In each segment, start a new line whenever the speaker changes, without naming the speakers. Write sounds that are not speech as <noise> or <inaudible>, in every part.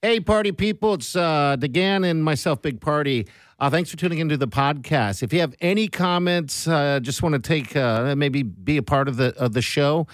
Hey, party people, it's uh, DeGan and myself, Big Party. Uh, thanks for tuning into the podcast. If you have any comments, uh, just want to take uh, maybe be a part of the of the show.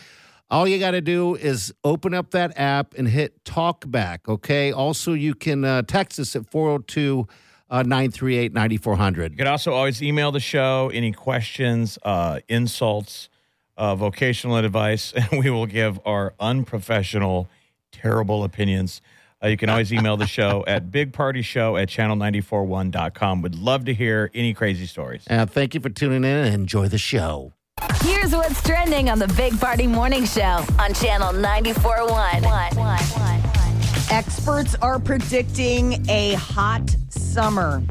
All you got to do is open up that app and hit talk back. Okay. Also, you can uh, text us at 402 938
You
9400.
could also always email the show any questions, uh, insults, uh, vocational advice, <laughs> and we will give our unprofessional, terrible opinions. Uh, you can always email the show at bigpartyshow at channel941.com. Would love to hear any crazy stories.
Uh, thank you for tuning in and enjoy the show.
Here's what's trending on the Big Party Morning Show on Channel 94.1.
Experts are predicting a hot summer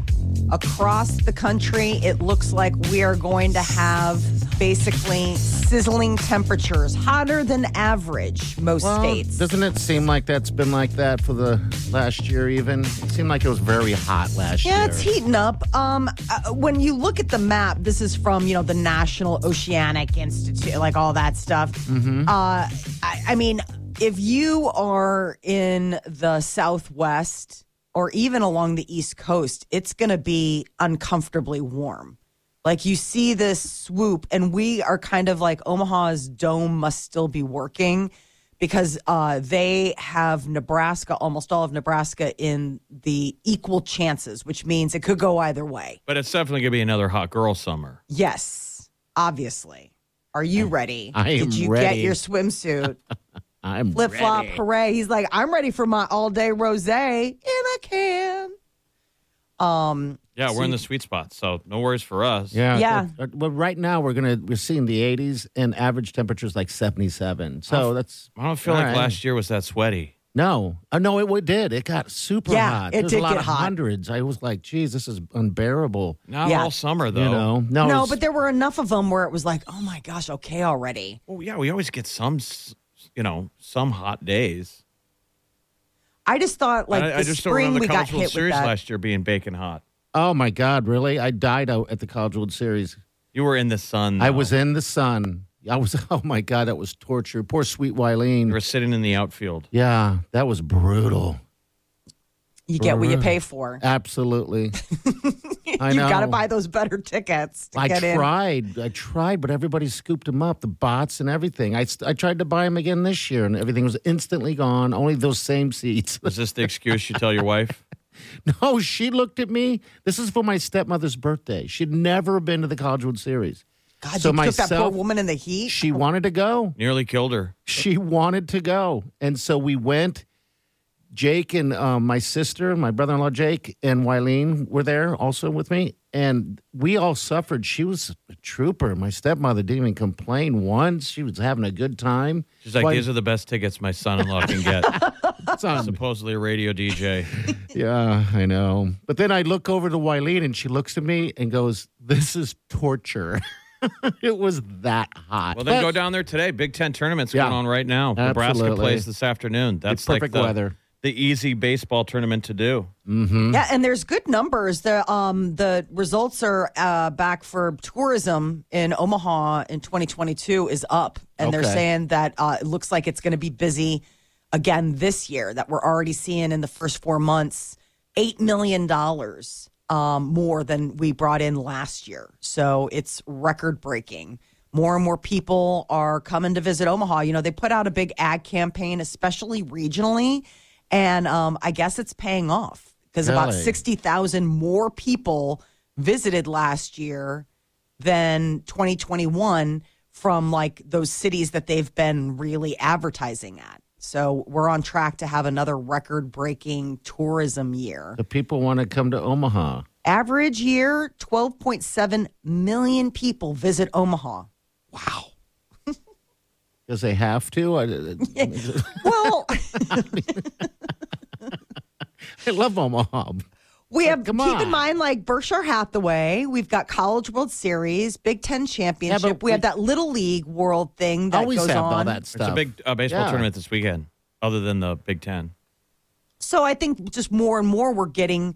across the country. It looks like we are going to have basically sizzling temperatures, hotter than average most
Well,
states.
Doesn't it seem like that's been like that for the last year, even? It seemed like it was very hot last year.
yeah, it's heating up. Um, uh, when you look at the map, this is from you know the National Oceanic Institute, like all that stuff. Uh, I, I mean, if you are in the Southwest or even along the East Coast, it's going to be uncomfortably warm. Like you see this swoop, and we are kind of like Omaha's dome must still be working because uh, they have Nebraska, almost all of Nebraska, in the equal chances, which means it could go either way.
But it's definitely going to be another hot girl summer.
Yes, obviously. Are you ready?
I am
Did you
ready.
get your swimsuit?
<laughs> I'm
flip flop
ready.
hooray. He's like, I'm ready for my all day rose in a can. Um,
Yeah, we're in the sweet spot, so no worries for us.
Yeah.
Yeah.
uh, uh, well, right now we're gonna we're seeing the 80s and average temperatures like 77. So that's
I don't feel
all
like
right.
last year was that sweaty.
No, uh, no, it, it did. It got super
Yeah,
hot.
it
There was
did
a lot
get
of
hot.
hundreds. I was like, geez, this is unbearable.
Not
Yeah.
all summer, though.
You know, no,
no,
it's-
but there were enough of them where it was like, oh my gosh, okay already.
Well, yeah, we always get some, s- you know, some hot days.
I just thought like
I,
the
I just don't
spring
remember
we
the College
got hit
World
with
Series
that.
last year being baking hot.
oh my God, really? I died out at the College World Series.
You were in the sun.
I
though.
was in the sun. I was. <laughs> Oh my God, that was torture. Poor sweet
You
Wileen.
were sitting in the outfield.
Yeah, that was brutal.
you get what you pay for.
Absolutely. <laughs> I
<laughs> You've
know.
got to buy those better tickets to
I
get in.
tried. I tried, but everybody scooped them up, the bots and everything. I, st- I tried to buy them again this year, and everything was instantly gone. Only those same seats.
Is this the excuse you tell your wife?
<laughs>
<laughs>
no, she looked at me. This is for my stepmother's birthday. She'd never been to the College World Series.
God,
So
you took that poor
myself-
woman in the heat.
She wanted to go.
Nearly killed her.
She wanted to go. And so we went. Jake and um, my sister, my brother in law Jake, and Wileen were there also with me. And we all suffered. She was a trooper. My stepmother didn't even complain once. She was having a good time.
She's like,
Why-
these are the best tickets my son-in-law can get.
<laughs> It's on-
Supposedly a radio DJ.
Yeah, I know. But then I look over to Wileen and she looks at me and goes, This is torture. <laughs> it was that hot.
Well, then
But
go down there today. Big Ten tournament's
Yeah.
going on right now. Nebraska
Absolutely.
plays this afternoon. That's like
perfect
the,
weather.
The easy baseball tournament to do.
Yeah, and there's good numbers. The um the results are uh, back for tourism in Omaha in 2022 is up, and they're
Okay.
saying that uh, it looks like it's going to be busy again this year. That we're already seeing in the first four months eight million dollars um, more than we brought in last year. So it's record breaking. More and more people are coming to visit Omaha. You know, they put out a big ad campaign, especially regionally, and um, I guess it's paying off because about
Really?
60,000 more people visited last year than 2021 from like those cities that they've been really advertising at. So we're on track to have another record breaking tourism year.
the people want to come to Omaha.
Average year 12.7 million people visit Omaha.
Because they have to. I,
Well,
I love Omaha.
<laughs> We have
come
keep
on.
in mind like Berkshire Hathaway. We've got College World Series, Big Ten Championship. we,
we-
have that Little League World thing that
Always
goes
have
on.
all that stuff.
It's a big uh, baseball
Yeah.
tournament this weekend, other than the Big Ten.
So I think just more and more we're getting.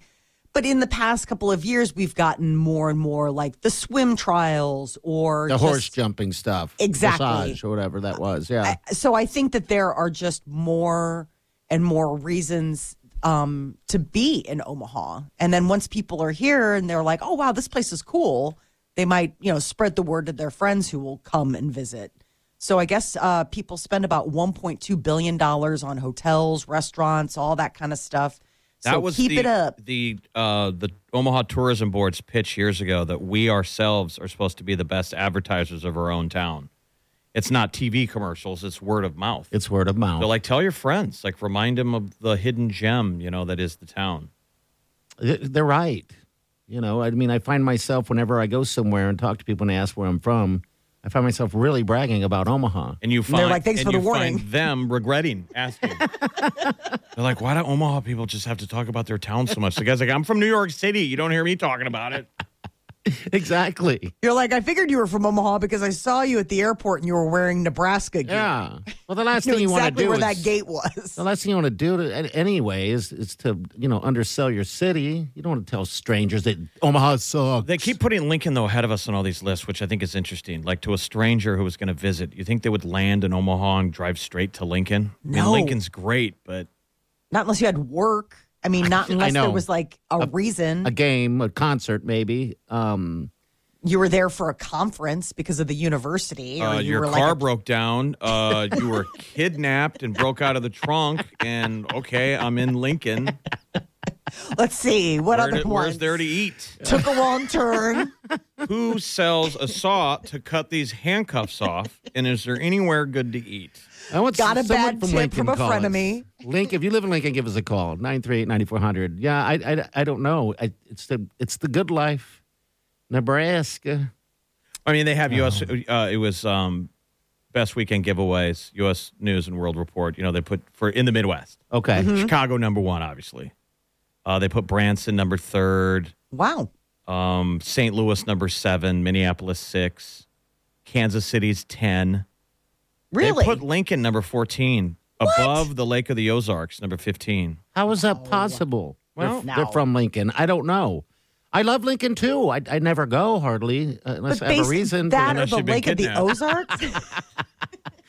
But in the past couple of years, we've gotten more and more like the swim trials or
the
just-
horse jumping stuff,
Exactly.
massage or whatever that was. Yeah,
So I think that there are just more and more reasons um, to be in Omaha. And then once people are here and they're like, "Oh wow, this place is cool," they might you know spread the word to their friends who will come and visit. So I guess uh, people spend about 1.2 billion dollars on hotels, restaurants, all that kind of stuff.
That
so
was
keep
the,
it up.
The uh, the Omaha Tourism Board's pitch years ago that we ourselves are supposed to be the best advertisers of our own town. It's not TV commercials; it's word of mouth.
it's word of mouth.
so like, tell your friends, like, remind them of the hidden gem, you know, that is the town.
Th- They're right. You know, I mean, I find myself whenever I go somewhere and talk to people and ask where I'm from, I find myself really bragging about
<laughs>
Omaha.
And you
they're
find
like, "Thanks
and
for the
you
warning." <laughs>
find them regretting asking. they're like, why do Omaha people just have to talk about their town so much? The guy's like, I'm from New York City. You don't hear me talking about it.
Exactly.
You're like, I figured you were from Omaha because I saw you at the airport and you were wearing Nebraska gear.
Yeah. Well, the last
I
thing
knew
you
exactly where
want to do
that
is
gate
<laughs>
was.
the last thing you want to do to, an- anyway is is to you know undersell your city. You don't want to tell strangers that Omaha sucks.
They keep putting Lincoln though ahead of us on all these lists, which I think is interesting. Like to a stranger who was going to visit, you think they would land in Omaha and drive straight to Lincoln? I mean,
No.
Lincoln's great, but
Not unless you had work. I mean, not unless there
know.
was like a, reason
a game, a concert, maybe. Um,
you were there for a conference because of the university, or
uh,
you
your
were
car
like, a-
broke down. Uh, you were <laughs> kidnapped and broke out of the trunk. And okay, I'm in Lincoln.
let's see what
Where
other
to-
ones
where's there to eat?
took a long turn.
Who sells a saw to cut these handcuffs off? And is there anywhere good to eat?
I want
Got a
someone
bad
from
tip
Lincoln
from a
call
friend of
us.
me.
Link, if you live in Lincoln, give us a call 938-9400. Yeah, I, I, I don't know. I, it's the it's the good life, Nebraska.
I mean, they have U.S. Uh, it was um, best weekend giveaways. U.S. News and World Report. You know, they put for in the Midwest.
Okay,
Mm-hmm.
Chicago number one, obviously. Uh, they put Branson number third.
Wow.
Um, St. Louis number seven. Minneapolis six. Kansas City's ten. They
Really?
put Lincoln number fourteen above the Lake of the Ozarks number fifteen.
how is
Oh,
that possible?
Well,
they're, they're from Lincoln. I don't know. I love Lincoln too. I, I never go hardly uh, unless I have a
based
reason,
that
and,
or
unless
the
you've been
Lake of the
kidnapped.
Ozarks?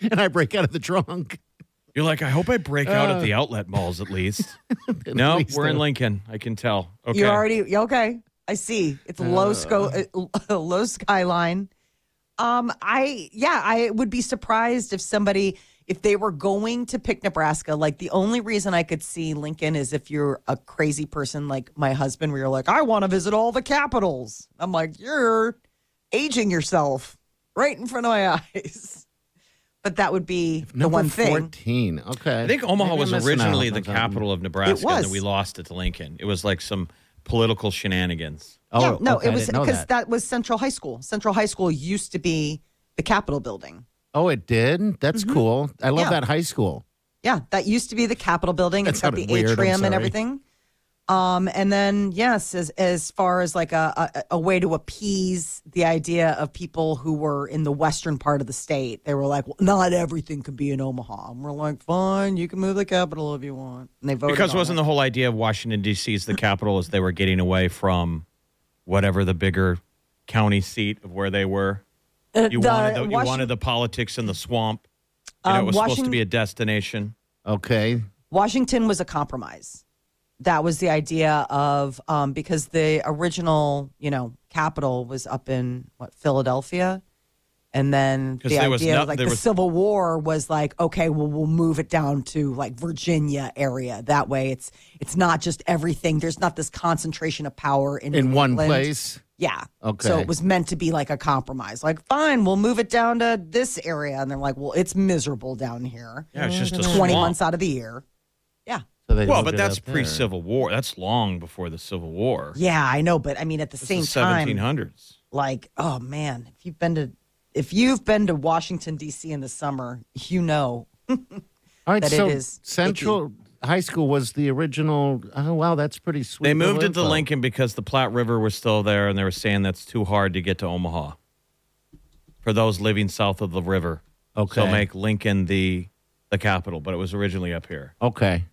and I break out of the trunk.
You're like, I hope I break out at the outlet malls at least. no,
least
we're in
they're-
Lincoln. I can tell. Okay.
You already okay? I see. It's low sco- <laughs> uh, low skyline. Um, I yeah, I would be surprised if somebody if they were going to pick Nebraska. Like the only reason I could see Lincoln is if you're a crazy person like my husband, where you're like, I want to visit all the capitals. I'm like, you're aging yourself right in front of my <laughs> eyes. But that would be the
Number
one thing.
fourteen. Okay,
I think Omaha
Maybe I'm
was
missing out
originally
on
the
something.
capital of Nebraska, and
was.
then we lost it to Lincoln. It was like some political shenanigans.
Oh,
yeah, no,
okay, I
it was
didn't know
because
that.
that was Central High School. Central High School used to be the Capitol building.
Oh, it did. That's cool. I love
Mm-hmm. Yeah.
that high school.
Yeah, that used to be the Capitol building.
That
It's got the
sounded weird, I'm
atrium and
sorry.
everything. Um, and then yes, as as far as like a, a a way to appease the idea of people who were in the western part of the state, they were like, well, not everything could be in Omaha. And we're like, fine, you can move the capital if you want. And they
Oh,
voted
Because
on
wasn't
it.
the whole idea of Washington D.C. as the capital as they were getting away from whatever the bigger county seat of where they were? You
Uh, the
wanted the, you
Washing-
wanted the politics in the swamp. You know,
Um,
it was supposed to
Washing-
be a destination.
Okay,
Washington was a compromise. That was the idea of um, because the original, you know, capital was up in what Philadelphia, and then
'Cause
the idea
there was no-
like the
there was-
Civil War was like, okay, well, we'll move it down to like Virginia area. That way, it's it's not just everything. There's not this concentration of power in
in one
England.
place.
Yeah.
Okay.
So it was meant to be like a compromise. Like, fine, we'll move it down to this area, and they're like, well, it's miserable down here.
Yeah, it's just a
Mm, Twenty
swamp.
months out of the year. Yeah.
So they
Well,
moved
but
it
that's
up there.
pre Civil War. That's long before the Civil War.
Yeah, I know, but I mean, at the
the
same time,
1700s.
like, oh man, if you've been to if you've been to Washington D.C. in the summer, you know
All right,
that it
so
is
Central High School was the original. Oh wow, that's pretty sweet.
They moved it to
info.
Lincoln because the Platte River was still there, and they were saying that's too hard to get to Omaha for those living south of the river.
Okay.
So make Lincoln the the capital, but it was originally up here.
Okay.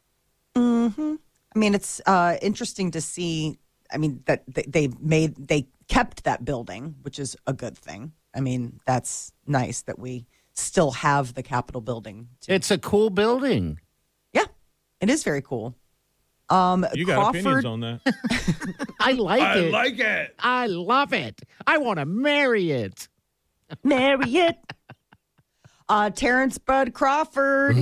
I mean, it's uh, interesting to see. I mean, that th- they made they kept that building, which is a good thing. I mean, that's nice that we still have the Capitol building. To,
It's a cool building.
yeah, it is very cool. Um,
You got
Crawford,
opinions
<laughs>
on that?
I like it.
it.
I love it. I want to marry it.
marry it. Uh, Terrence Bud Crawford.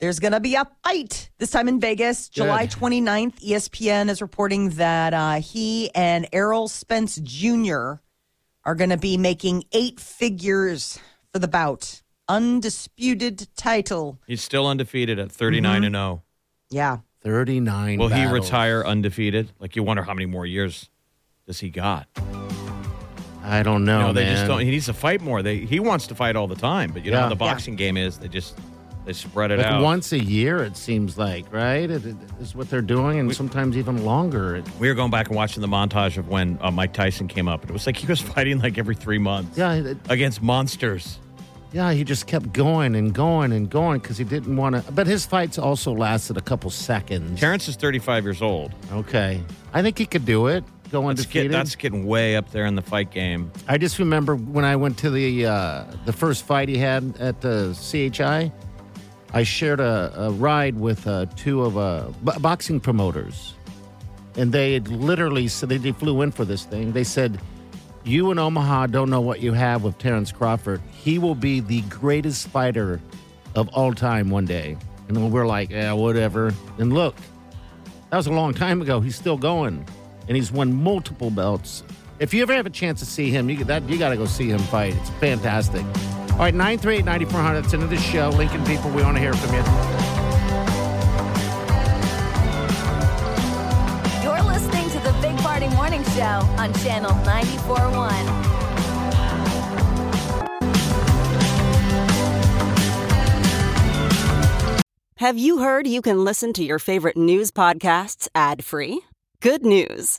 There's going to be a fight this time in Vegas, July E 29th. ESPN is reporting that uh, he and Errol Spence Jr. are going to be making eight figures for the bout. Undisputed title.
He's still undefeated at 39 and 0.
Mm-hmm.
Yeah.
Thirty nine.
Will he retire undefeated? Like you wonder how many more years does he got?
I don't know.
no, they just
Oh, man.
don't. He needs to fight more. They he wants to fight all the time, but you know
Yeah.
how the boxing game is. They just they spread it
Like
out.
once a year, it seems like, right? It, it- it's what they're doing, and sometimes even longer. It-
we were going back and watching the montage of when uh, Mike Tyson came up, and it was like he was <laughs> fighting like every three months
yeah, it-
against monsters.
yeah. He just kept going and going and going because he didn't want to. But his fights also lasted a couple seconds.
Terrence is 35 years old.
Okay, I think he could do it. Go
That's, get-
undefeated.
that's getting way up there in the fight game.
I just remember when I went to the uh, the first fight he had at the CHI. I shared a, a ride with uh, two of uh, b- boxing promoters, and they had literally so they, they flew in for this thing. They said, "You in Omaha don't know what you have with Terrence Crawford. He will be the greatest fighter of all time one day." And we're like, "Yeah, whatever." And look, that was a long time ago. He's still going, and he's won multiple belts. If you ever have a chance to see him, you could- that you got to go see him fight. It's fantastic. All right, 938 9400. That's into the show. Lincoln people, we want to hear from you.
You're listening to the Big Party Morning Show on Channel 94.1.
Have you heard you can listen to your favorite news podcasts ad free? Good news!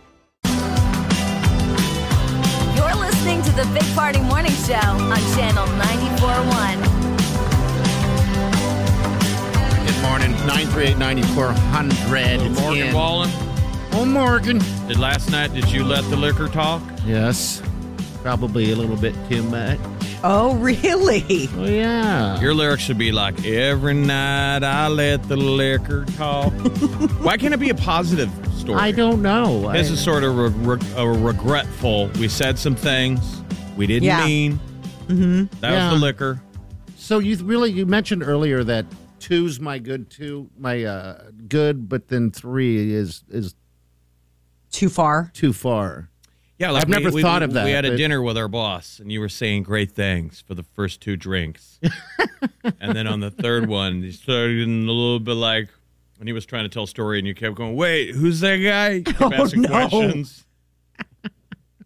You're listening to the Big Party Morning Show on Channel 94.1.
Good morning, 938 9400.
Morgan Wallen,
Oh, Morgan.
did last night? Did you let the liquor talk?
Yes, probably a little bit too much.
Oh, really?
Oh, yeah.
Your lyrics should be like every night I let the liquor
<laughs>
talk. Why can't it be a positive story?
I don't know. I-
This is sort of re- re- a regretful. We said some things we didn't
Yeah.
mean. Mm-hmm. That
Yeah.
was the liquor.
So you really you mentioned earlier that two's my good two, my uh, good, but then three is is
Too far?
too far.
Yeah, like
I've never thought of that,
We had a
but-
dinner with our boss, and you were saying great things for the first two
<laughs>
drinks, and then on the third one, you started getting a little bit like when he was trying to tell a story, and you kept going, "Wait, who's that guy?"
<laughs>
You kept
Oh,
asking
no.
questions.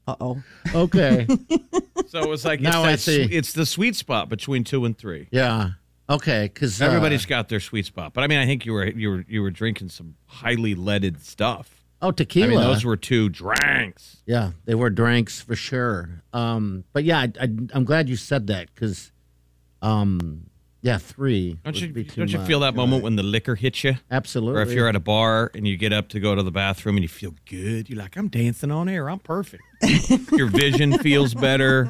Uh oh.
<laughs>
Okay.
So it was like it's,
Now I
that
see.
sw- it's the sweet spot between two and three.
yeah. Okay. uh, Because
Everybody's got their sweet spot, but I mean, I think you were you were you were drinking some highly leaded stuff.
Oh, tequila.
I mean, those were two drinks.
yeah, they were drinks for sure. Um, but yeah, I, I, I'm glad you said that because um, Yeah, three.
Don't
would
you
be too
don't you
much.
feel that moment when the liquor hits you?
Absolutely.
Or if you're at a bar and you get up to go to the bathroom and you feel good, you're like, I'm dancing on air. I'm
<laughs>
perfect. Your vision feels better.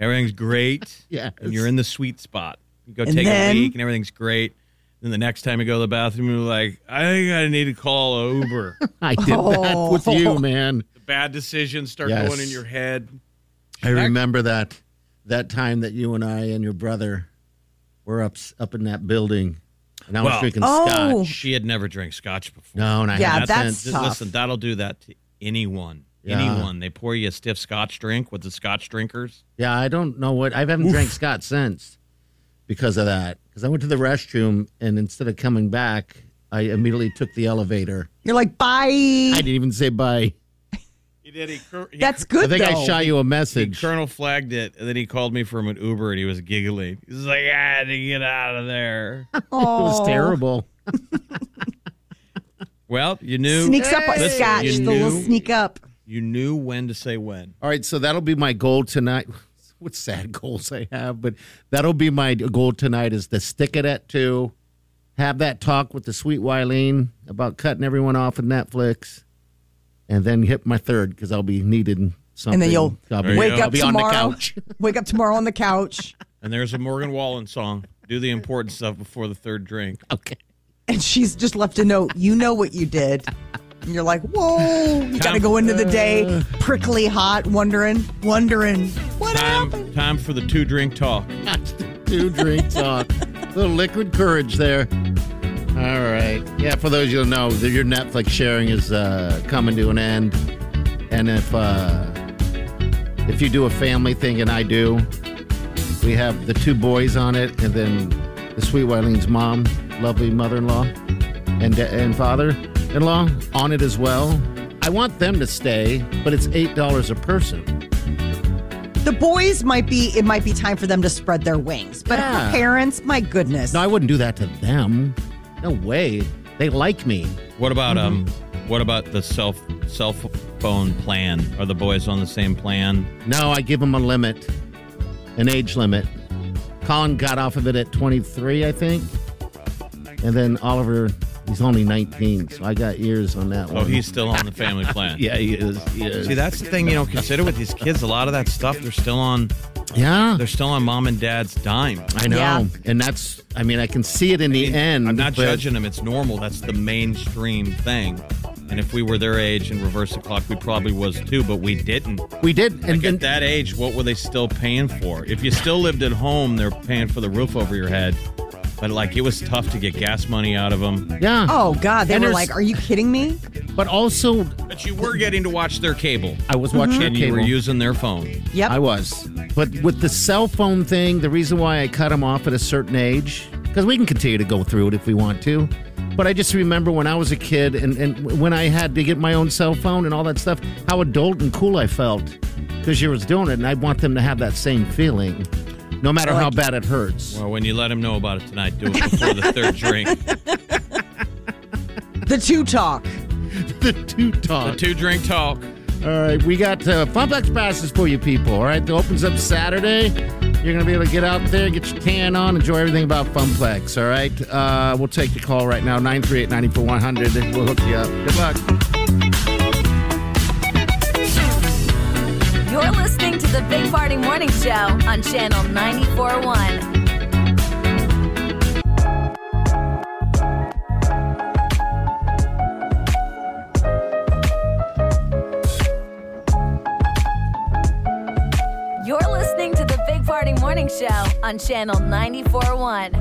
Everything's great.
Yes.
And you're in the sweet spot. You go
And
take
then-
a leak and everything's great. Then the next time you go to the bathroom, you're like, I think I need to call a
<laughs>
Uber.
<laughs> I did
Oh.
that with you,
<laughs>
man.
the bad decisions start
Yes.
going in your head.
I remember that that time that you and I and your brother were up up in that building, and I was
Well-
drinking
Oh.
scotch.
She had never drank scotch before.
No, and I
Yeah,
had that
that's
sense.
tough.
Listen, that'll do that to anyone.
Yeah.
Anyone. They pour you a stiff scotch drink with the scotch drinkers.
Yeah, I don't know what I haven't drank scotch since because of that. Because I went to the restroom, and instead of coming back, I immediately took the elevator.
You're like,
I
bye.
didn't even say bye.
He did. He, cur- he
That's good.
I think
though.
I shot you a
He
message.
Colonel flagged it, and then he called me from an Uber, and he was giggling. He was like, "I had to get out of
<laughs>
there."
It was
Aw.
terrible.
well, you knew
Sneaks up on
Listen,
Scotch.
you
The little
knew-
sneak up.
You knew when to say when.
All right, so that'll be my goal tonight. <laughs> What sad goals I have, but that'll be my goal tonight is to stick it at two, have that talk with the sweet Wileen about cutting everyone off of Netflix, and then hit my third because I'll be needing something.
And then you'll
I'll be,
wake
I'll
up
be
tomorrow.
on the couch.
<laughs> Wake up tomorrow on the couch,
And there's a Morgan Wallen song. Do the important stuff before the third drink.
Okay.
and she's just left a note. You know what you did. And you're like, whoa. You got to go into the day prickly hot, wondering, wondering what happened.
Time, time for the two drink talk.
That's the <laughs> two drinks on. Little liquid courage there. All right. Yeah, for those you'll know, that your Netflix sharing is uh, coming to an end. And if uh, if you do a family thing, and I do, we have the two boys on it, and then the sweet Wileen's mom, lovely mother-in-law, and uh, and father-in-law on it as well. I want them to stay, but it's eight dollars a person.
The boys might be, it might be time for them to spread their wings. But
Yeah.
her parents, my goodness.
No, I wouldn't do that to them. No way. They like me.
What about um?
Mm-hmm.
What about the self cell phone plan? Are the boys on the same plan?
No, I give them a limit, an age limit. Colin got off of it at 23, I think. And then Oliver, he's only 19, so I got years on that one.
Oh, he's still <laughs> on the family plan.
Yeah, he is. He is.
See, that's the thing you don't consider with these kids. A lot of that stuff they're still on.
Yeah,
They're still on mom and dad's dime.
I know.
Yeah.
And that's, I mean, I can see it in the
mean,
end.
I'm not
but-
judging them. It's normal. That's the mainstream thing. And if we were their age and reverse the clock, we probably was too, but we didn't.
We did. And,
Like
and-
at that age, what were they still paying for? If you still lived at home, they're paying for the roof over your head. But like, it was tough to get gas money out of them.
yeah.
Oh God! They
And
were
there's-
like, "Are you kidding me?"
But also,
But you were getting to watch their cable,
I was watching
and
the
Mm-hmm. you were
cable.
using their phone.
Yep.
I was. But with the cell phone thing, the reason why I cut him off at a certain age, because we can continue to go through it if we want to. But I just remember when I was a kid and, and when I had to get my own cell phone and all that stuff, how adult and cool I felt because you was doing it. And I want them to have that same feeling, no matter how bad it hurts.
Well, when you let them know about it tonight, do it before the third drink.
the two talk.
<laughs> Oh, the two
The
talk.
two drink talk.
All right, we got uh, Funplex passes for you people. All right, that opens up Saturday. You're going to be able to get out there, get your tan on, enjoy everything about Funplex. All right, uh, we'll take your call right now 938 9400. We'll hook you up. Good luck.
You're listening to the Big Party Morning Show on Channel 941. You're listening to the Big Party Morning Show on Channel 941.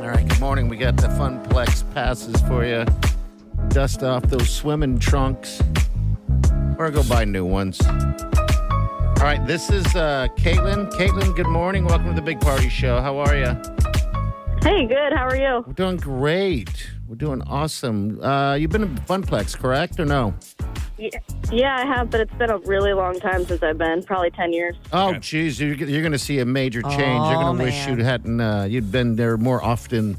All right, good morning. We got the Funplex passes for you. Dust off those swimming trunks or go buy new ones. All right, this is uh, Caitlin. Caitlin, good morning. Welcome to the Big Party Show. How are you?
Hey, good. How are you?
We're doing great. We're doing awesome. Uh, you've been in Funplex, correct or no?
Yeah, yeah, I have, but it's been a really long time since I've been, probably 10 years.
Oh, geez, you're, you're going to see a major change. you're going to wish you
man.
hadn't. Uh, you'd been there more often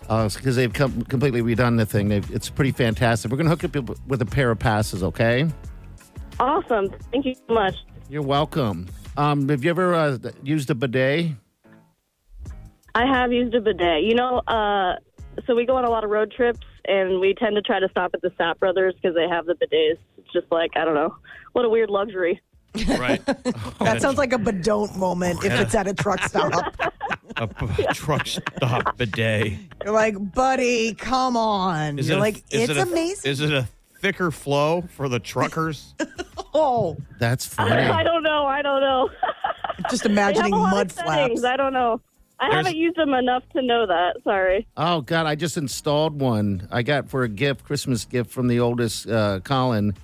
because they've com- completely redone the thing. They've, it's pretty fantastic. We're going to hook you up with a pair of passes. Okay,
Awesome. Thank you so much.
you're welcome. Um, have you ever uh, used a bidet?
I have used a bidet. You know, uh, so we go on a lot of road trips, and we tend to try to stop at the Sap Brothers because they have the bidets. It's just like I don't know, what a weird luxury.
Right.
That sounds like a badon't moment if it's at a
<laughs>
truck stop.
a p- truck stop bidet.
You're like, buddy, come on. You're
a-
like,
is
it's
it a-
amazing.
Is it a thicker flow for the truckers?
oh,
That's
<laughs> I
funny.
don't know. I don't know.
<laughs>
just
They have
imagining
a lot
mud
of settings.
flaps.
I don't know. I
There's-
haven't used them enough to know that. Sorry.
Oh God, I just installed one. I got for a gift, Christmas gift from the oldest uh, Colin,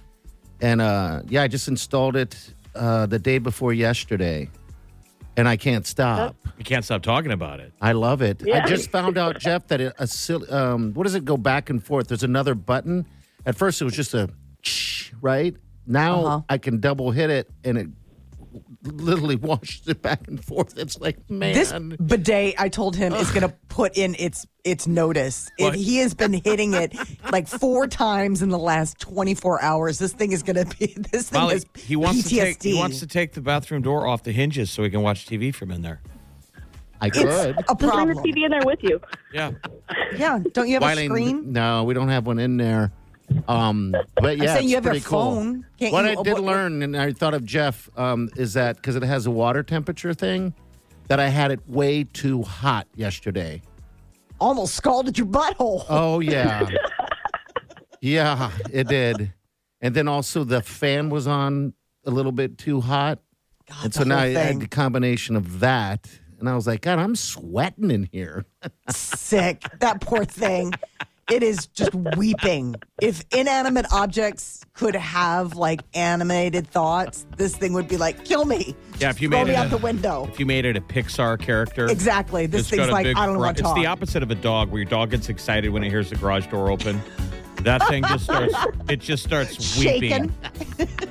and uh, yeah, I just installed it uh, the day before yesterday, and I can't stop.
<laughs> you can't stop talking about it.
I love it. I
Yeah.
just found out, Jeff, that it, a sil- um, what does it go back and forth? There's another button. At first, it was just a right. Now I can double hit it, and it literally <laughs> washes it back and forth. It's like man,
This bidet, I told him, is going to put in its its notice. If
What?
he has been hitting it like four times in the last 24 hours, this thing is going to be this thing
Molly,
is
he wants
PTSD.
to take he wants to take the bathroom door off the hinges so he can watch TV from in there.
I could.
it's a
Just leave
problem.
the TV in there with you.
Yeah.
Yeah, don't you have
Wileen,
a screen?
No, we don't have one in there. Um, but yeah,
saying
it's
you have your
pretty cool.
phone. Can't
what
you- uh,
I
what-
did learn, and I thought of Jeff, um, is that because it has a water temperature thing, that I had it way too hot yesterday.
Almost scalded your butthole.
Oh
<laughs>
yeah, yeah, it did. And then also the fan was on a little bit too hot,
God,
and
the
so now
whole
I had
thing.
the combination of that, and I was like, God, I'm sweating in here.
sick. That poor thing. It is just weeping. If inanimate objects could have like animated thoughts, this thing would be like, kill me.
Yeah, if you
Throw
made
me
it
out
a-
the window.
If you made it a Pixar character.
Exactly. This
it's got
thing's
a
like,
big
I don't
gar-
want to
It's
talk.
the opposite of a dog where your dog gets excited when it hears the garage door open. That thing just <laughs> starts it just starts
Shaking.
weeping. <laughs>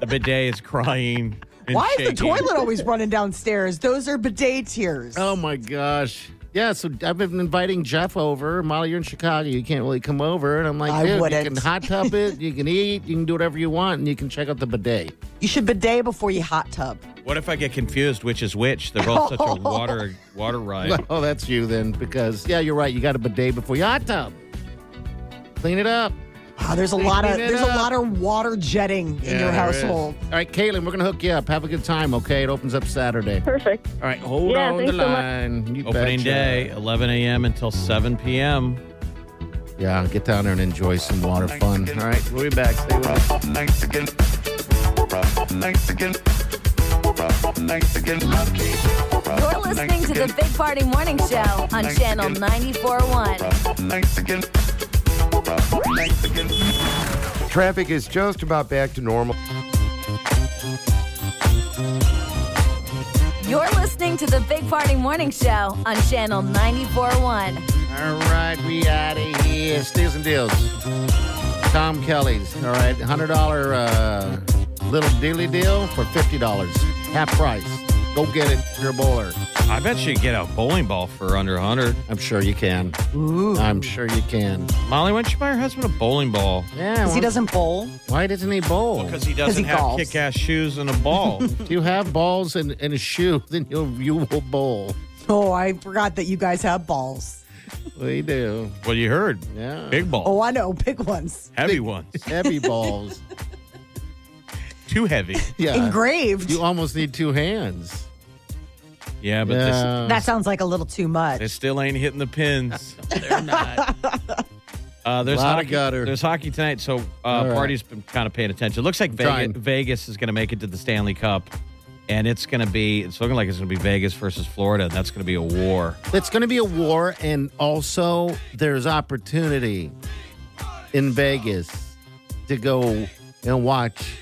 The bidet is crying. and
Why is the
shaking.
toilet always running downstairs? Those are bidet tears.
Oh my gosh. Yeah, so I've been inviting Jeff over. Molly, you're in Chicago. You can't really come over. And I'm like,
I
dude,
wouldn't.
you can hot tub it, you can eat, you can do whatever you want, and you can check out the bidet.
You should bidet before you hot tub.
What if I get confused which is which? They're both <laughs> such a water water ride.
<laughs> Oh, that's you then, because yeah, you're right. You got a bidet before you hot tub. Clean it up.
Wow, there's a lot of
Clean it
there's
up.
a lot of water jetting in your household.
All right, Caitlin, we're gonna hook you up. Have a good time, okay? It opens up Saturday.
Perfect.
All right, hold
Yeah,
on the
thanks so much.
line. You
Opening
betcha.
day, 11 a.m. until 7 p.m.
Yeah, get down there and enjoy some water fun. All right, we'll be back. Stay with us.
You're listening to the Big Party Morning Show on Channel 94.1.
Traffic is just about back to normal.
You're listening to the Big Party Morning Show on Channel 94.1.
All right, we out of here. Steals and deals. Tom Kelly's. All right, hundred dollar uh, little dilly deal for fifty dollars, half price. Go get it. You're a bowler.
I bet you get a bowling ball for under 100.
I'm sure you can. I'm sure you can.
Molly, why don't you buy your husband a bowling ball?
Yeah.
'Cause he
why-
doesn't bowl.
Why doesn't he bowl?
Because he doesn't
he
have
golfs.
kick-ass shoes and a
<laughs>
ball.
if you have balls and, and a shoe, <laughs> then you'll you will bowl.
Oh, I forgot that you guys have balls.
We do.
well, you heard.
Yeah.
Big ball.
Oh, I know, big ones.
heavy ones.
Heavy balls.
Too heavy.
Yeah.
Engraved.
you almost need two hands.
Yeah, but
yeah.
that sounds like a little too much.
This, they still ain't hitting
<laughs>
the pins. They're not. Uh, there's
Lot of
hockey,
gutter.
There's hockey tonight, so uh,
right.
party's been kind of paying attention. Looks like
Trying.
Vegas, Vegas is going to make it to the Stanley Cup, and it's going to be. It's looking like it's going to be Vegas versus Florida. and That's going to be a war.
It's going to be a war, and also there's opportunity in Vegas to go and watch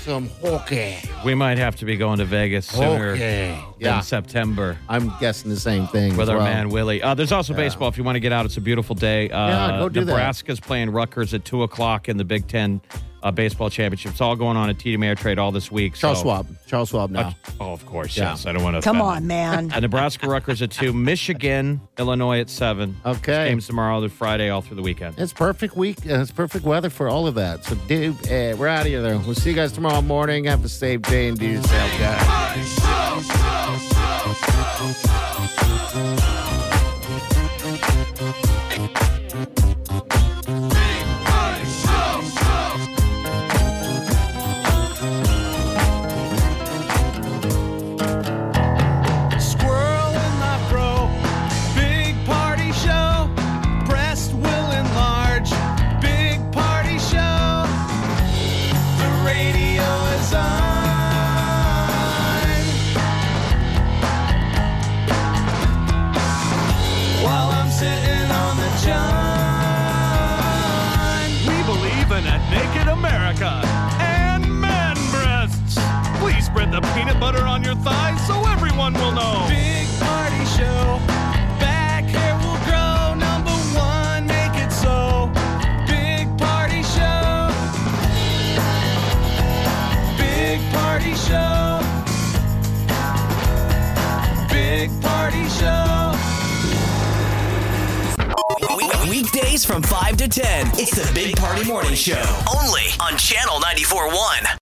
some hockey.
We might have to be going to Vegas sooner
Okay.
than
Yeah.
September.
I'm guessing the same thing.
with
as
our
well.
man Willie. Uh, there's also baseball if you want to get out. It's a beautiful day. Uh,
Yeah, go do that.
Nebraska's playing Rutgers at two o'clock in the Big Ten uh, baseball championship. It's all going on at TD Ameritrade all this week.
Charles
so-
Schwab. Charles Schwab now.
Uh, oh, of course.
Yeah.
Yes, I don't want to.
Come
<laughs>
on, man.
Uh, Nebraska Rutgers at
<laughs>
two. Michigan, Illinois at seven.
Okay.
Games tomorrow, through Friday, all through the weekend.
It's perfect week. Uh, it's perfect weather for all of that. So, dude, uh, we're out of here, though. We'll see you guys tomorrow morning. Have a safe day and do yourself, guys.
Everyone will know.
Big party show. Back hair will grow. Number one, make it so. Big party show. Big party show. Big party show.
Weekdays from 5 to 10. It's the Big Party Morning Show. Only on Channel 94.1.